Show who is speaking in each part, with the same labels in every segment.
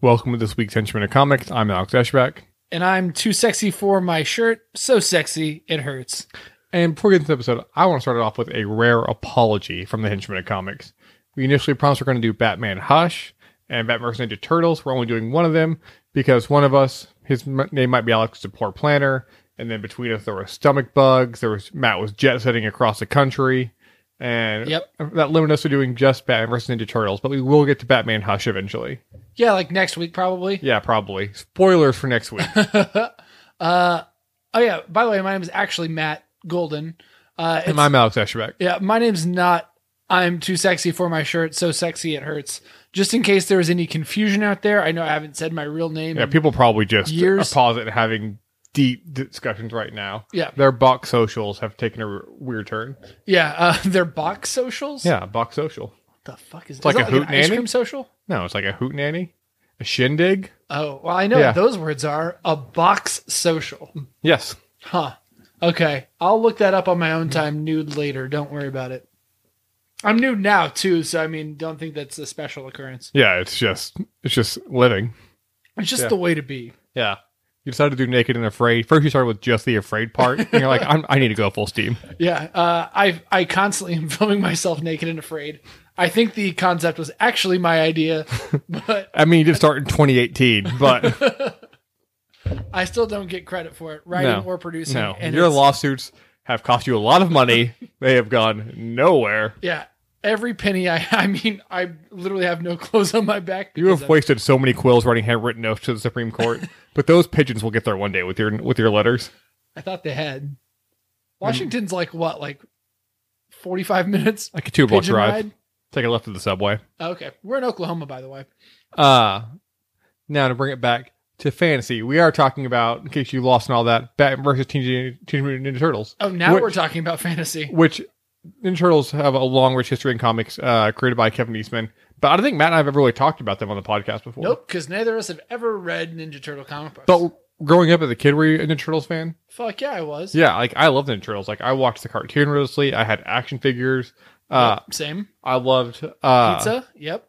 Speaker 1: Welcome to this week's Henchman of Comics. I'm Alex Eschbach.
Speaker 2: and I'm too sexy for my shirt. So sexy, it hurts.
Speaker 1: And before we get into this episode, I want to start it off with a rare apology from the Henchmen of Comics. We initially promised we're going to do Batman Hush and Batman vs. Ninja Turtles. We're only doing one of them because one of us, his m- name might be Alex, the poor planner. And then between us, there were stomach bugs. There was Matt was jet setting across the country. And
Speaker 2: Yep.
Speaker 1: that limited us to doing just Batman vs. Ninja Turtles, but we will get to Batman Hush eventually.
Speaker 2: Yeah, like next week probably.
Speaker 1: Yeah, probably. Spoilers for next week.
Speaker 2: Uh, oh yeah. By the way, my name is actually Matt Golden. Uh, it's-
Speaker 1: and I'm Alex Eschbeck.
Speaker 2: yeah, my name's not. I'm too sexy for my shirt. So sexy it hurts. Just in case there was any confusion out there, I know I haven't said my real name.
Speaker 1: Yeah, people probably just
Speaker 2: Years-
Speaker 1: are pausing and having deep discussions right now.
Speaker 2: Yeah.
Speaker 1: Their box socials have taken a r- weird turn.
Speaker 2: yeah uh, they're box socials.
Speaker 1: Yeah, box social.
Speaker 2: What the fuck is,
Speaker 1: like
Speaker 2: is
Speaker 1: a
Speaker 2: that an
Speaker 1: hootenanny?
Speaker 2: ice cream social?
Speaker 1: No, it's like a hootenanny, a shindig.
Speaker 2: Oh well, I know
Speaker 1: Yeah.
Speaker 2: what those words are a box social.
Speaker 1: Yes.
Speaker 2: Huh. Okay. I'll look that up on my own time, nude later. Don't worry about it. I'm nude now too, so I mean, don't think that's a special occurrence.
Speaker 1: Yeah, it's just it's just living.
Speaker 2: It's just
Speaker 1: Yeah.
Speaker 2: the way to be.
Speaker 1: Yeah. You decided to do naked and afraid. First, you started with just the afraid part, and you're like, I'm, I need to go full steam.
Speaker 2: Yeah. Uh, I I constantly am filming myself naked and afraid. I think the concept was actually my idea, but
Speaker 1: I mean, you did start in 2018, but
Speaker 2: I still don't get credit for it, writing
Speaker 1: No.
Speaker 2: or producing.
Speaker 1: no,
Speaker 2: and
Speaker 1: your
Speaker 2: it's-
Speaker 1: lawsuits have cost you a lot of money. They have gone nowhere.
Speaker 2: Yeah. Every penny I I mean, I literally have no clothes on my back.
Speaker 1: You
Speaker 2: because
Speaker 1: have wasted so many quills writing handwritten notes to the Supreme Court, but those pigeons will get there one day with your with your letters.
Speaker 2: I, I thought they had. Washington's like what, like forty five minutes
Speaker 1: Like a two block
Speaker 2: Pigeon
Speaker 1: drive.
Speaker 2: ride?
Speaker 1: Take a left of the subway.
Speaker 2: Oh, Okay, we're in Oklahoma, by the way.
Speaker 1: Uh now to bring it back to fantasy, we are talking about, in case you lost and all that, Batman versus Teenage, Teenage Mutant Ninja Turtles,
Speaker 2: Oh, now
Speaker 1: Which-
Speaker 2: we're talking about fantasy.
Speaker 1: which Ninja Turtles have a long, rich history in comics, uh, created by Kevin Eastman. But I don't think Matt and I have ever really talked about them on the podcast before.
Speaker 2: Nope, because neither of us have ever read Ninja Turtle comic books.
Speaker 1: But growing up as a kid, were you a Ninja Turtles fan?
Speaker 2: fuck yeah, I was.
Speaker 1: Yeah, like I loved Ninja Turtles. Like I watched the cartoon religiously. I had action figures. Uh,
Speaker 2: Yep, same
Speaker 1: I loved uh,
Speaker 2: pizza. Yep.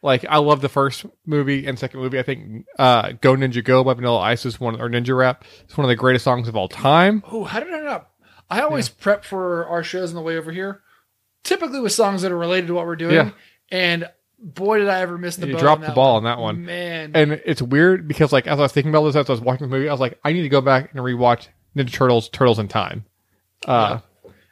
Speaker 1: Like I loved the first movie and second movie. I think uh, "Go Ninja Go" by Vanilla Ice is one or Ninja Rap. It's one of the greatest songs of all time.
Speaker 2: Oh, how did I not? I always prep for our shows on the way over here, typically with songs that are related to what we're doing.
Speaker 1: Yeah.
Speaker 2: And boy, did I ever miss the
Speaker 1: You
Speaker 2: boat
Speaker 1: dropped
Speaker 2: on
Speaker 1: the
Speaker 2: that
Speaker 1: ball
Speaker 2: one. Mm-hmm.
Speaker 1: on that one.
Speaker 2: Man,
Speaker 1: And it's weird because like as I was thinking about this, as I was watching the movie, I was like, I need to go back and rewatch Ninja Turtles: Turtles in Time. Uh,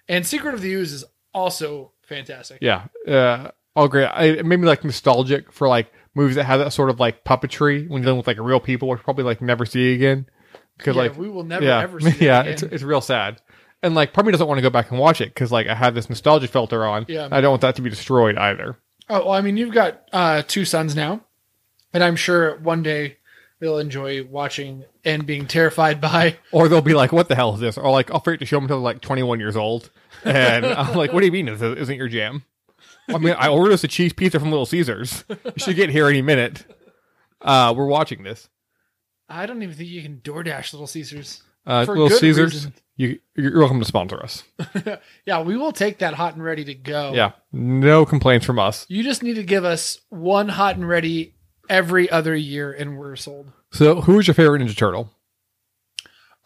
Speaker 2: and Secret of the Ooze is also fantastic.
Speaker 1: yeah, uh, all great. I, it made me like nostalgic for like movies that had that sort of like puppetry when dealing with like real people, which probably like never see again. Because
Speaker 2: Yeah,
Speaker 1: like
Speaker 2: we will never
Speaker 1: yeah,
Speaker 2: ever see that
Speaker 1: yeah,
Speaker 2: again.
Speaker 1: it's it's real sad, and like probably doesn't want to go back and watch it because like I have this nostalgia filter on.
Speaker 2: Yeah.
Speaker 1: and I don't want that to be destroyed either.
Speaker 2: Oh, well, I mean, you've got uh, two sons now, and I'm sure one day they'll enjoy watching and being terrified by.
Speaker 1: Or they'll be like, "What the hell is this?" Or like, "I'll forget to show them until like 21 years old," and I'm like, "What do you mean this isn't your jam?" I mean, I ordered us a cheese pizza from Little Caesars. You should get here any minute. Uh, we're watching this.
Speaker 2: I don't even think you can DoorDash Little Caesars.
Speaker 1: Uh,
Speaker 2: For
Speaker 1: Little
Speaker 2: good
Speaker 1: Caesars,
Speaker 2: reason.
Speaker 1: you you're welcome to sponsor us.
Speaker 2: Yeah, we will take that hot and ready to go.
Speaker 1: Yeah, no complaints from us.
Speaker 2: You just need to give us one hot and ready every other year, and we're sold.
Speaker 1: So, who is your favorite Ninja Turtle?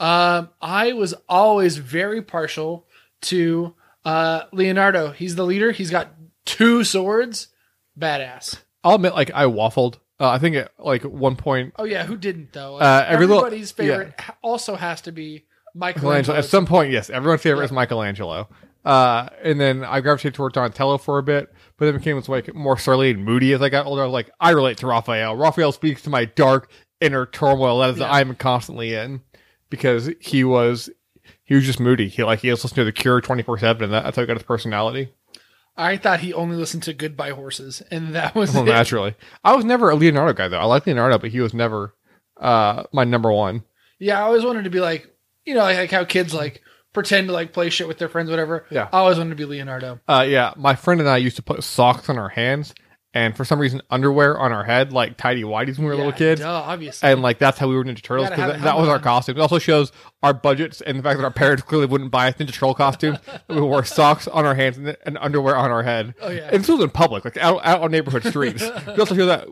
Speaker 2: Um, I was always very partial to uh, Leonardo. He's the leader. He's got two swords. Badass.
Speaker 1: I'll admit, like I waffled. Uh, I think at like one point
Speaker 2: Oh yeah, who didn't though?
Speaker 1: Uh, every little-
Speaker 2: Everybody's favorite ha- also has to be
Speaker 1: Michelangelo.
Speaker 2: Michelangelo.
Speaker 1: At some point, yes, everyone's favorite
Speaker 2: Yeah.
Speaker 1: is Michelangelo. Uh, and then I gravitated towards Donatello for a bit, but then became this like more surly and moody as I got older. I was like, I relate to Raphael. Raphael speaks to my dark inner turmoil that is
Speaker 2: Yeah.
Speaker 1: I'm constantly in because he was he was just moody. He like he was listening to the Cure twenty four seven, and that- that's how he got his personality.
Speaker 2: I thought he only listened to Goodbye Horses, and that was
Speaker 1: Well,
Speaker 2: it.
Speaker 1: naturally, I was never a Leonardo guy though. I like Leonardo, but he was never uh my number one.
Speaker 2: Yeah, I always wanted to be like, you know, like, like how kids like pretend to like play shit with their friends, whatever.
Speaker 1: Yeah.
Speaker 2: I always wanted to be Leonardo.
Speaker 1: Uh, yeah, my friend and I used to put socks on our hands and for some reason underwear on our head like tidy whities when we were little kids.
Speaker 2: Duh, obviously.
Speaker 1: And like that's how we were Ninja Turtles
Speaker 2: gotta
Speaker 1: because
Speaker 2: have
Speaker 1: that,
Speaker 2: a
Speaker 1: that was
Speaker 2: helmet
Speaker 1: our
Speaker 2: on.
Speaker 1: costume. It also shows our budgets and the fact that our parents clearly wouldn't buy a Ninja Turtle costume. we wore socks on our hands and, and underwear on our head.
Speaker 2: Oh, yeah.
Speaker 1: and this was in public, like out, out on neighborhood streets. we also show that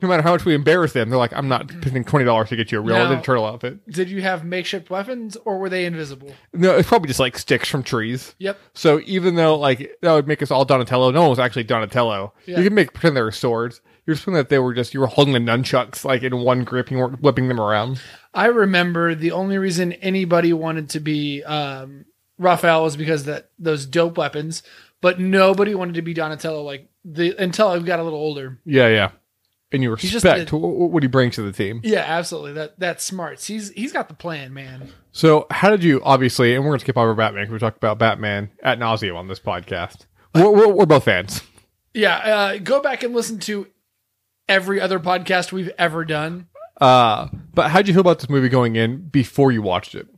Speaker 1: no matter how much we embarrass them, they're like, "I'm not spending twenty dollars to get you a real
Speaker 2: Now-
Speaker 1: Ninja Turtle outfit."
Speaker 2: Did you have makeshift weapons or were they invisible?
Speaker 1: No, it's probably just like sticks from trees.
Speaker 2: Yep.
Speaker 1: So even though like that would make us all Donatello, no one was actually Donatello.
Speaker 2: Yeah.
Speaker 1: You can make pretend they were swords. You're just pretending that they were just you were holding the nunchucks like in one grip. You weren't whipping them around.
Speaker 2: I remember the only reason anybody wanted to be um, Raphael was because that those dope weapons, but nobody wanted to be Donatello like the until I got a little older.
Speaker 1: Yeah, yeah. And you
Speaker 2: He's just
Speaker 1: respect
Speaker 2: a-
Speaker 1: wh- wh- what he brings to the team.
Speaker 2: Yeah, absolutely. That that's smarts. He's he's got the plan, man.
Speaker 1: So how did you obviously? And we're gonna skip over Batman because we talked about Batman at nauseum on this podcast. We're, we're, we're both fans.
Speaker 2: Yeah, uh, go back and listen to every other podcast we've ever done.
Speaker 1: Uh, but how did you feel about this movie going in before you watched it?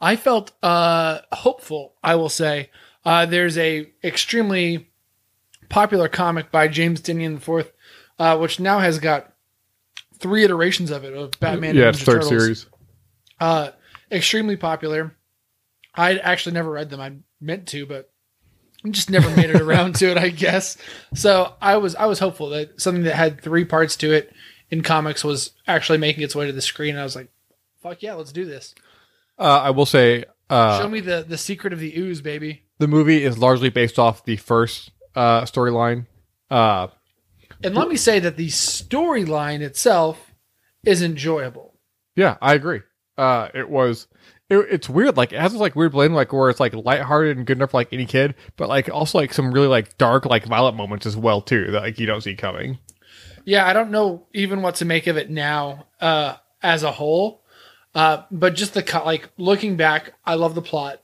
Speaker 2: I felt uh, hopeful. I will say uh, there's a extremely popular comic by James Tinian IV, uh, which now has got three iterations of it of Batman.
Speaker 1: yeah,
Speaker 2: and
Speaker 1: it's
Speaker 2: Ninja
Speaker 1: third
Speaker 2: Turtles.
Speaker 1: series.
Speaker 2: Uh, extremely popular. I actually never read them. I meant to, but just never made it around to it. I guess. So I was I was hopeful that something that had three parts to it in comics was actually making its way to the screen. I was like, "Fuck yeah, let's do this."
Speaker 1: Uh, I will say, uh,
Speaker 2: Show me the the secret of the ooze, baby.
Speaker 1: the movie is largely based off the first uh, storyline. Uh,
Speaker 2: And let me say that the storyline itself is enjoyable.
Speaker 1: yeah, I agree. Uh, it was. It, it's weird. Like it has this like weird blend, like where it's like lighthearted and good enough for like any kid, but like also like some really like dark, like violent moments as well too that like you don't see coming.
Speaker 2: Yeah, I don't know even what to make of it now uh, as a whole, uh, but just the co- like looking back, I love the plot.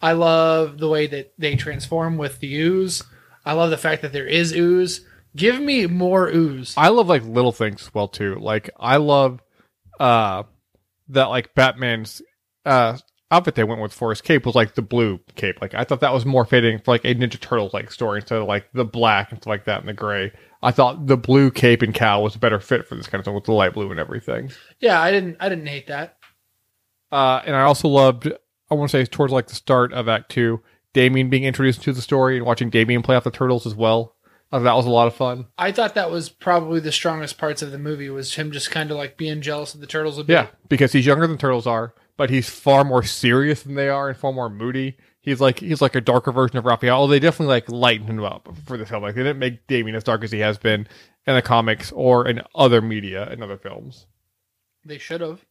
Speaker 2: I love the way that they transform with the ooze. I love the fact that there is ooze. Give me more ooze.
Speaker 1: I love like little things as well too. Like I love uh that like Batman's uh outfit they went with for his cape was like the blue cape. Like I thought that was more fitting for like a Ninja Turtles like story instead of like the black and stuff like that and the gray. I thought the blue cape and cowl was a better fit for this kind of thing with the light blue and everything.
Speaker 2: Yeah, I didn't. I didn't hate that.
Speaker 1: Uh and I also loved I want to say towards like the start of Act Two, Damien being introduced to the story and watching Damien play off the turtles as well. I thought that was a lot of fun.
Speaker 2: I thought that was probably the strongest parts of the movie was him just kind of like being jealous of the turtles a bit.
Speaker 1: Yeah, because he's younger than turtles are, but he's far more serious than they are and far more moody. He's like he's like a darker version of Raphael. Although they definitely like lightened him up for this film. Like they didn't make Damien as dark as he has been in the comics or in other media and other films.
Speaker 2: they should have.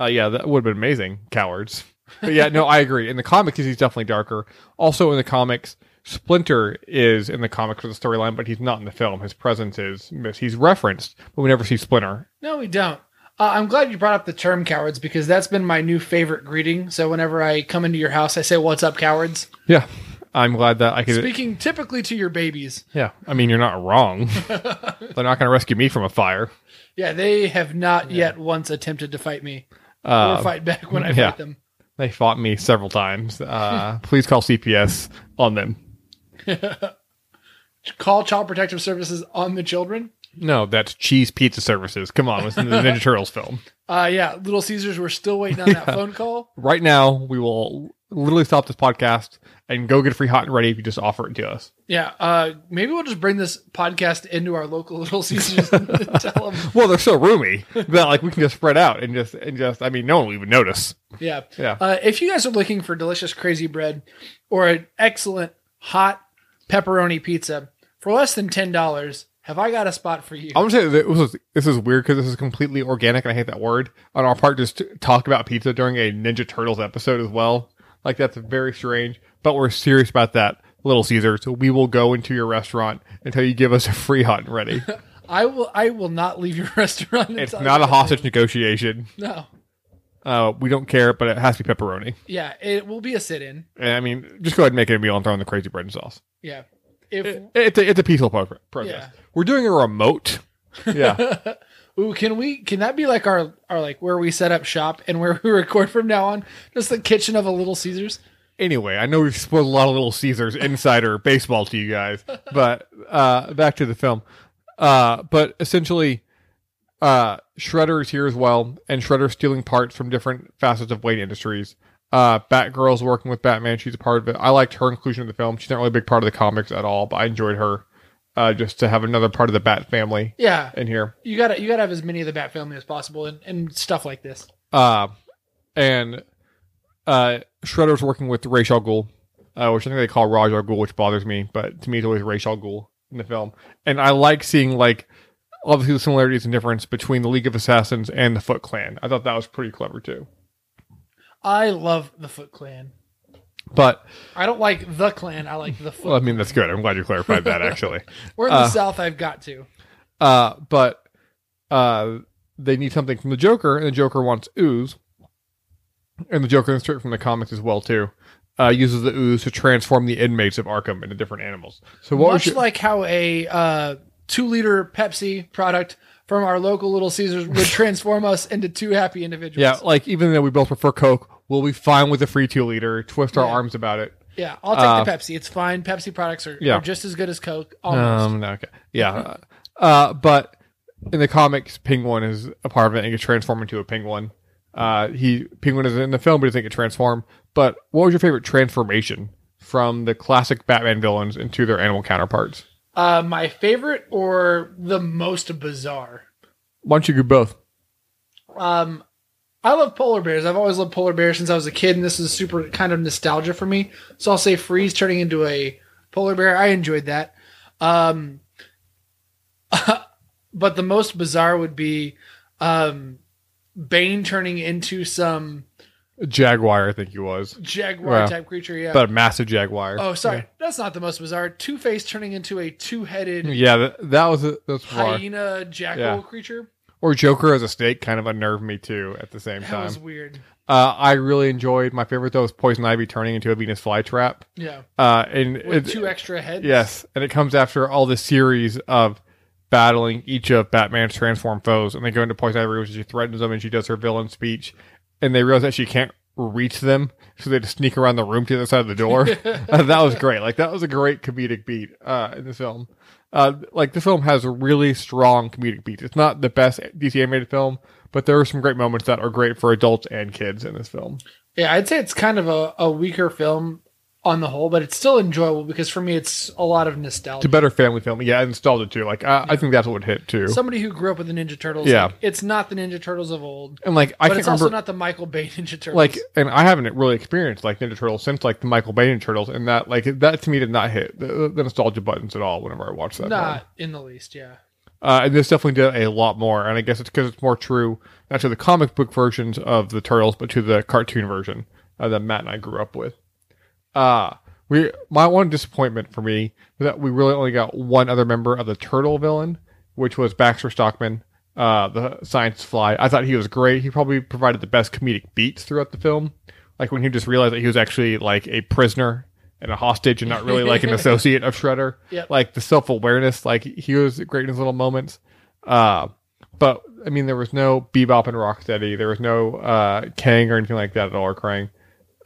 Speaker 1: Uh, yeah, that would have been amazing, cowards. But yeah, no, I agree. In the comics, he's definitely darker. Also, in the comics, Splinter is in the comics for the storyline, but he's not in the film. His presence is mis- he's referenced, but we never see Splinter.
Speaker 2: No, we don't. Uh, I'm glad you brought up the term cowards because that's been my new favorite greeting. So whenever I come into your house, I say, What's up, cowards?
Speaker 1: Yeah, I'm glad that I could.
Speaker 2: Speaking typically to your babies.
Speaker 1: Yeah, I mean, you're not wrong. They're not going to rescue me from a fire.
Speaker 2: Yeah, they have not yet once attempted to fight me or
Speaker 1: Uh,
Speaker 2: fight back when I
Speaker 1: yeah.
Speaker 2: fight them.
Speaker 1: they fought me several times. Uh, please call CPS on them.
Speaker 2: Call Child Protective Services on the children.
Speaker 1: No, that's Cheese Pizza Services. Come on, listen to the Ninja Turtles film.
Speaker 2: Uh, yeah, Little Caesars, we're still waiting on that phone call.
Speaker 1: Right now, we will literally stop this podcast and go get free hot and ready if you just offer it to us.
Speaker 2: Yeah, uh, maybe we'll just bring this podcast into our local Little Caesars and tell them.
Speaker 1: Well, they're so roomy that like we can just spread out and just and just. I mean, no one will even notice.
Speaker 2: Yeah.
Speaker 1: Yeah.
Speaker 2: Uh, if you guys are looking for delicious crazy bread or an excellent hot pepperoni pizza for less than ten dollars, have I got a spot for you?
Speaker 1: I'm gonna say that this is, this is weird because this is completely organic, and I hate that word on our part. Just to talk about pizza during a Ninja Turtles episode as well, like that's very strange. But we're serious about that, Little Caesar. So we will go into your restaurant until you give us a free hot and ready.
Speaker 2: I will. I will not leave your restaurant.
Speaker 1: it's
Speaker 2: until I
Speaker 1: not
Speaker 2: get
Speaker 1: a hostage negotiation.
Speaker 2: the- No.
Speaker 1: Uh, we don't care, but it has to be pepperoni.
Speaker 2: Yeah, it will be a sit-in.
Speaker 1: And, I mean, just go ahead and make it a meal and throw in the crazy bread and sauce.
Speaker 2: Yeah. If
Speaker 1: It- it's a, it's a peaceful pro- protest.
Speaker 2: Yeah.
Speaker 1: We're doing a remote. Yeah,
Speaker 2: ooh, can we? Can that be like our our like where we set up shop and where we record from now on? Just the kitchen of a Little Caesars.
Speaker 1: Anyway, I know we've spoiled a lot of Little Caesars insider baseball to you guys, but uh, back to the film. Uh, but essentially, uh, Shredder is here as well, and Shredder's stealing parts from different facets of Wayne Industries. Uh, Batgirl's working with Batman. She's a part of it. I liked her inclusion in the film. She's not really a big part of the comics at all, but I enjoyed her uh, just to have another part of the Bat family
Speaker 2: Yeah,
Speaker 1: in here.
Speaker 2: you gotta you gotta have as many of the Bat family as possible and, and stuff like this.
Speaker 1: Uh, and uh, Shredder's working with Ra's al Ghul, uh, which I think they call Raj al Ghul, which bothers me, but to me it's always Ra's al Ghul in the film. And I like seeing like obviously the similarities and difference between the League of Assassins and the Foot Clan. I thought that was pretty clever too.
Speaker 2: I love the Foot Clan.
Speaker 1: But
Speaker 2: I don't like the Clan. I like the Foot.
Speaker 1: well, I mean that's good. I'm glad you clarified that actually.
Speaker 2: We're in the
Speaker 1: uh,
Speaker 2: South. I've got to.
Speaker 1: Uh, but uh, they need something from the Joker, and the Joker wants ooze. And the Joker, straight from the comics as well too, uh, uses the ooze to transform the inmates of Arkham into different animals. So what was
Speaker 2: Much
Speaker 1: your,
Speaker 2: like how a uh, two-liter Pepsi product from our local Little Caesars would transform us into two happy individuals.
Speaker 1: yeah, like even though we both prefer Coke, we'll be fine with the free two liter. Twist our
Speaker 2: Yeah.
Speaker 1: arms about it.
Speaker 2: Yeah, I'll take
Speaker 1: Uh,
Speaker 2: the Pepsi. It's fine. Pepsi products are,
Speaker 1: Yeah.
Speaker 2: are just as good as Coke. Almost.
Speaker 1: Um, no, okay, yeah, uh, but in the comics, Penguin is a part of it and gets transformed into a penguin. Uh, he Penguin is in the film, but he doesn't get transformed. But what was your favorite transformation from the classic Batman villains into their animal counterparts?
Speaker 2: uh, my favorite or the most bizarre.
Speaker 1: Why don't you do both?
Speaker 2: Um, I love polar bears. I've always loved polar bears since I was a kid, and this is super kind of nostalgia for me. So I'll say Freeze turning into a polar bear. I enjoyed that. Um, but the most bizarre would be um, Bane turning into some
Speaker 1: Jaguar, I think he was,
Speaker 2: jaguar
Speaker 1: Wow.
Speaker 2: type creature. Yeah.
Speaker 1: but a massive jaguar.
Speaker 2: oh, sorry, that's not the most bizarre. Two Face turning into a two-headed
Speaker 1: Yeah, yeah that, that was a, that's far.
Speaker 2: hyena jackal
Speaker 1: Yeah.
Speaker 2: creature.
Speaker 1: Or Joker as a snake kind of unnerved me too at the same
Speaker 2: That
Speaker 1: time.
Speaker 2: was weird.
Speaker 1: Uh, I really enjoyed my favorite though was Poison Ivy turning into a Venus flytrap.
Speaker 2: Yeah,
Speaker 1: Uh, and
Speaker 2: with
Speaker 1: it-
Speaker 2: two extra heads.
Speaker 1: Yes, and it comes after all the series of battling each of Batman's transformed foes, and they go into Poison Ivy, which is she threatens them, and she does her villain speech, and they realize that she can't reach them, so they just sneak around the room to the other side of the door. Uh, that was great. Like that was a great comedic beat uh, in the film. Uh, like the film has really strong comedic beats. It's not the best DC animated film, but there are some great moments that are great for adults and kids in this film.
Speaker 2: Yeah, I'd say it's kind of a, a weaker film on the whole, but it's still enjoyable because for me, it's a lot of
Speaker 1: It's a
Speaker 2: nostalgia.
Speaker 1: better family film. Yeah, I installed it too. Like I, I think that's what hit too.
Speaker 2: Somebody who grew up with the Ninja Turtles.
Speaker 1: Yeah.
Speaker 2: like, it's not the Ninja Turtles of old,
Speaker 1: and like I
Speaker 2: but
Speaker 1: can't
Speaker 2: it's
Speaker 1: remember.
Speaker 2: also not the Michael Bay Ninja Turtles.
Speaker 1: like and i haven't really experienced like ninja turtles since like the michael bay Ninja turtles and that like that to me did not hit the, the nostalgia buttons at all whenever i watched that film.
Speaker 2: not in the least. Yeah,
Speaker 1: Uh, and this definitely did a lot more and i guess it's because it's more true not to the comic book versions of the turtles but to the cartoon version uh, that matt and i grew up with uh we my one disappointment for me was that we really only got one other member of the turtle villain which was baxter stockman uh, the science fly. I thought he was great. He probably provided the best comedic beats throughout the film. Like when he just realized that he was actually like a prisoner and a hostage and not really like an associate of Shredder.
Speaker 2: Yep.
Speaker 1: Like the self awareness, like he was great in his little moments. Uh, but I mean, there was no Bebop and Rocksteady. There was no uh, Kang or anything like that at all or Krang.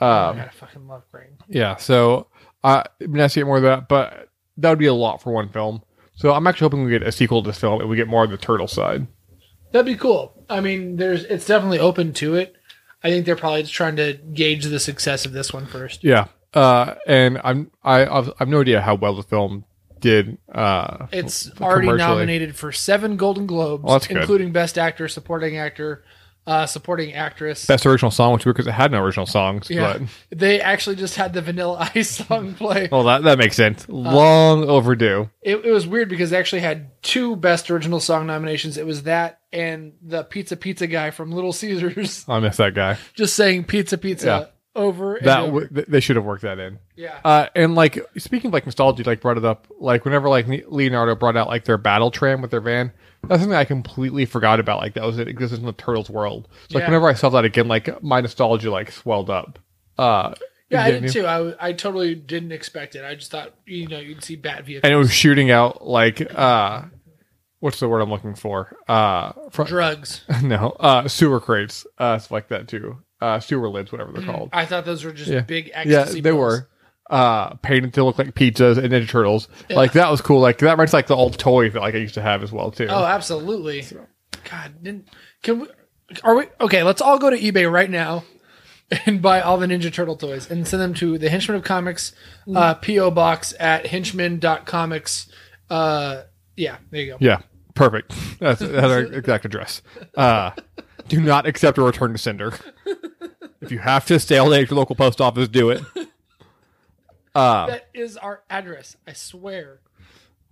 Speaker 2: Oh,
Speaker 1: Um,
Speaker 2: God, I fucking love Crane.
Speaker 1: yeah, so I I mean, I see it more of that, but that would be a lot for one film. So I'm actually hoping we get a sequel to this film and we get more of the turtle side.
Speaker 2: That'd be cool. I mean, there's it's definitely open to it. I think they're probably just trying to gauge the success of this one first.
Speaker 1: Yeah, uh, and I'm I I've, I've no idea how well the film did. Uh,
Speaker 2: It's
Speaker 1: f-
Speaker 2: already
Speaker 1: commercially.
Speaker 2: nominated for seven Golden Globes,
Speaker 1: Well, that's good.
Speaker 2: including Best Actor, Supporting Actor, uh, Supporting Actress.
Speaker 1: Best original song, which because it had no original songs.
Speaker 2: Yeah,
Speaker 1: But,
Speaker 2: they actually just had the Vanilla Ice song play.
Speaker 1: well, that that makes sense. Long overdue.
Speaker 2: It, it was weird because they actually had two Best Original Song nominations. It was that and the Pizza Pizza guy from Little Caesars
Speaker 1: I miss that guy.
Speaker 2: just saying Pizza Pizza
Speaker 1: Yeah.
Speaker 2: over and
Speaker 1: That
Speaker 2: over.
Speaker 1: w- th- they should have worked that in.
Speaker 2: yeah.
Speaker 1: Uh, and like speaking of like nostalgia, like brought it up. Like whenever like Ne- Leonardo brought out like their battle tram with their van, that's something I completely forgot about. Like that was it existed in the Turtles world. So, like
Speaker 2: Yeah.
Speaker 1: whenever I saw that again, like my nostalgia like swelled up. Uh,
Speaker 2: yeah, I
Speaker 1: didn't
Speaker 2: did
Speaker 1: you?
Speaker 2: too. I, w- I totally didn't expect it. I just thought, you know, you'd see bat vehicles,
Speaker 1: and it was shooting out like uh what's the word i'm looking for uh fr-
Speaker 2: drugs.
Speaker 1: no uh sewer crates uh stuff like that too uh, sewer lids, whatever they're called.
Speaker 2: I thought those were just
Speaker 1: Yeah.
Speaker 2: big
Speaker 1: Yeah,
Speaker 2: Mm. ecstasy.
Speaker 1: they
Speaker 2: pills.
Speaker 1: were uh, painted to look like pizzas and Ninja Turtles.
Speaker 2: Yeah.
Speaker 1: Like that was cool. Like that writes like the old toy that like I used to have as well too.
Speaker 2: Oh, absolutely. God, didn't, can we? Are we okay? Let's all go to eBay right now and buy all the Ninja Turtle toys and send them to the Henchman of Comics uh, PO box at henchman.comics. Uh, yeah, there you go.
Speaker 1: yeah, perfect. That's, that's our exact address. Uh, do not accept a return to sender. If you have to stay all day at your local post office, do it. Uh,
Speaker 2: That is our address. I swear.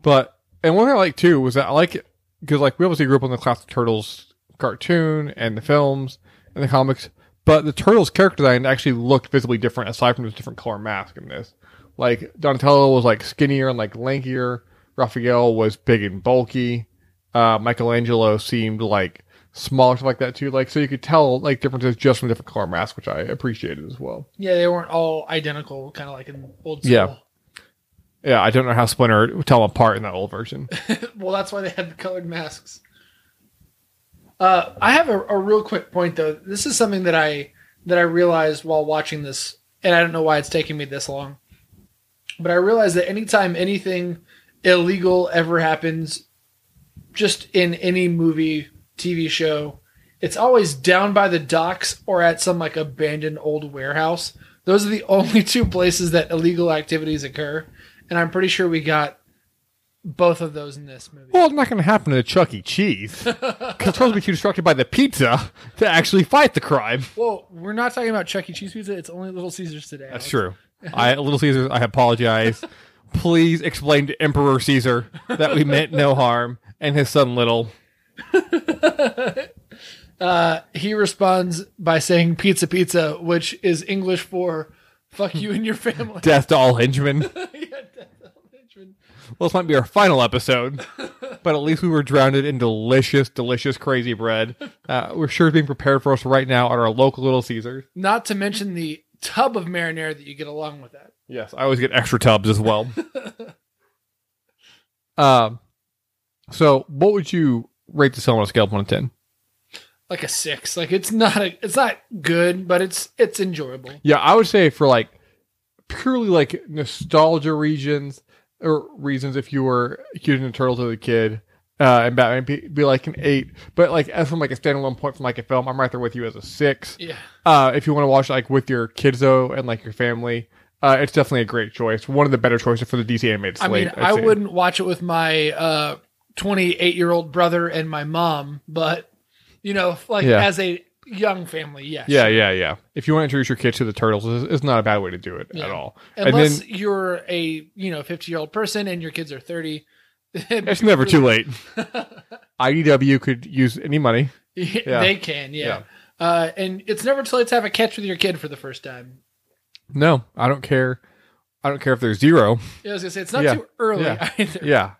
Speaker 1: but and one thing I like too was that I like because like we obviously grew up on the classic Turtles cartoon and the films and the comics, but the Turtles character design actually looked visibly different aside from this different color mask in this. Like Donatello was like skinnier and like lankier. Raphael was big and bulky. Uh, Michelangelo seemed like smaller stuff like that too. Like so you could tell like differences just from different color masks, which I appreciated as well.
Speaker 2: Yeah, they weren't all identical, kind of like in old school.
Speaker 1: Yeah. Yeah, I don't know how Splinter would tell them apart in that old version.
Speaker 2: well, that's why they had the colored masks. Uh, I have a, a real quick point though. This is something that I that I realized while watching this, and I don't know why it's taking me this long, but I realized that anytime anything illegal ever happens, just in any movie, TV show, it's always down by the docks or at some like abandoned old warehouse. Those are the only two places that illegal activities occur, and I'm pretty sure we got both of those in this movie.
Speaker 1: Well, it's not going to happen to Chuck E. Cheese. Because supposed to be too distracted by the pizza to actually fight the crime.
Speaker 2: Well, we're not talking about Chuck E. Cheese pizza. It's only Little Caesars today.
Speaker 1: That's true. I, Little Caesars, I apologize. Please explain to Emperor Caesar that we meant no harm and his son Little.
Speaker 2: Uh, he responds by saying "pizza, pizza," which is English for "fuck you and your family."
Speaker 1: Death to all henchmen.
Speaker 2: Yeah, death of henchmen.
Speaker 1: Well, this might be our final episode, but at least we were drowned in delicious, delicious crazy bread. Uh, we're sure it's being prepared for us right now at our local Little Caesars.
Speaker 2: Not to mention the tub of marinara that you get along with that.
Speaker 1: Yes, I always get extra tubs as well. um, so what would you rate this film on a scale of one to ten?
Speaker 2: Like a six. Like it's not a. It's not good, but it's it's enjoyable.
Speaker 1: Yeah, I would say for like purely like nostalgia regions or reasons, if you were Huge and Turtles as a kid. Uh, and Batman be, be like an eight, but like as from like a standalone point from like a film, I'm right there with you as a six.
Speaker 2: Yeah.
Speaker 1: Uh, if you want to watch like with your kids though and like your family, uh, it's definitely a great choice. One of the better choices for the DC animated
Speaker 2: I
Speaker 1: slate.
Speaker 2: mean,
Speaker 1: I'd
Speaker 2: I
Speaker 1: say.
Speaker 2: wouldn't watch it with my uh 28 year old brother and my mom, but you know, like
Speaker 1: Yeah.
Speaker 2: as a young family, yes.
Speaker 1: Yeah, yeah, yeah. If you want to introduce your kids to the turtles, it's, it's not a bad way to do it
Speaker 2: Yeah.
Speaker 1: at all.
Speaker 2: unless
Speaker 1: and then
Speaker 2: you're a you know 50 year old person and your kids are 30
Speaker 1: it's never too late. IDW could use any money.
Speaker 2: they can yeah, Uh, and it's never too late to have a catch with your kid for the first time
Speaker 1: No, I don't care. I don't care if there's zero.
Speaker 2: i was gonna say it's not
Speaker 1: Yeah.
Speaker 2: too early
Speaker 1: Yeah.
Speaker 2: either
Speaker 1: Yeah,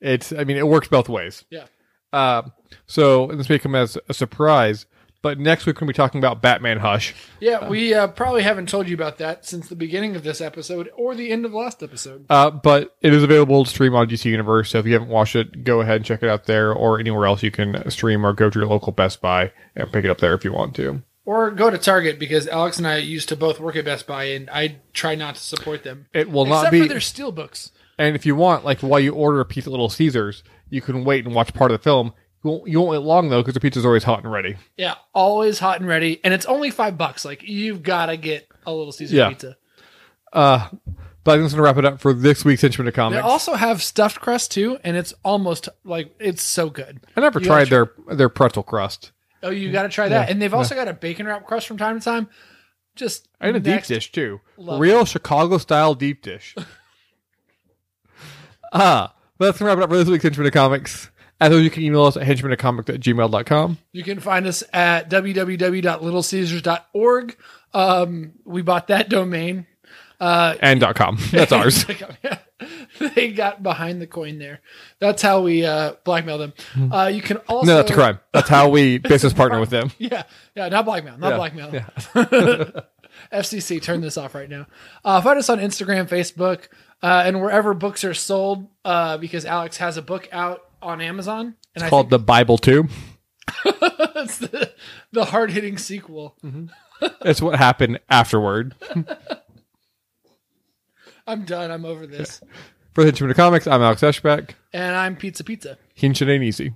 Speaker 1: it's. I mean, it works both ways.
Speaker 2: Yeah.
Speaker 1: Um, so and this may come as a surprise, but next week we're gonna be talking about Batman Hush.
Speaker 2: yeah we uh, probably haven't told you about that since the beginning of this episode or the end of last episode
Speaker 1: Uh, but it is available to stream on DC Universe. So if you haven't watched it, go ahead and check it out there, or anywhere else you can stream, or go to your local Best Buy and pick it up there if you want to.
Speaker 2: or go to target because alex and i used to both work at best buy and i try not to support them
Speaker 1: It will
Speaker 2: except
Speaker 1: not be
Speaker 2: for their steelbooks.
Speaker 1: And if you want, like while you order a pizza at Little Caesars, you can wait and watch part of the film. You won't, you won't wait long though because the pizza's always hot and ready.
Speaker 2: yeah always hot and ready and it's only five bucks like you've gotta get a little caesar
Speaker 1: Yeah.
Speaker 2: pizza
Speaker 1: Uh, but I think that's gonna wrap it up for this week's Henchman of
Speaker 2: They
Speaker 1: Comics.
Speaker 2: also have stuffed crust too, and it's almost like it's so good.
Speaker 1: I never
Speaker 2: you
Speaker 1: tried their their pretzel crust.
Speaker 2: Oh, you got to try that. and they've also got a bacon wrap crust from time to time. Just
Speaker 1: I had a
Speaker 2: next-
Speaker 1: deep dish too,
Speaker 2: level.
Speaker 1: real Chicago style deep dish. Ah, but that's gonna wrap it up for this week's Henchman of Comics. As always, you can email us at henchmanofcomics at gmail.com.
Speaker 2: You can find us at www.littlecaesars.org. Um, we bought that domain. Uh,
Speaker 1: And dot com. That's ours.
Speaker 2: they got behind the coin there. That's how we uh, blackmail them. Uh, you can also
Speaker 1: Hmm. no, that's a crime. That's how we business partner with them.
Speaker 2: Yeah, yeah, not blackmail, not
Speaker 1: Yeah,
Speaker 2: blackmail. FCC, turn this off right now. Uh, find us on Instagram, Facebook, uh, and wherever books are sold. Uh, because Alex has a book out on Amazon, and I
Speaker 1: Called the Bible too.
Speaker 2: think that's the, the hard hitting sequel.
Speaker 1: That's what happened afterward.
Speaker 2: I'm done. I'm over this.
Speaker 1: For the Hinchman of Comics, I'm Alex Eschbeck.
Speaker 2: And I'm Pizza Pizza.
Speaker 1: Hinch it ain't easy.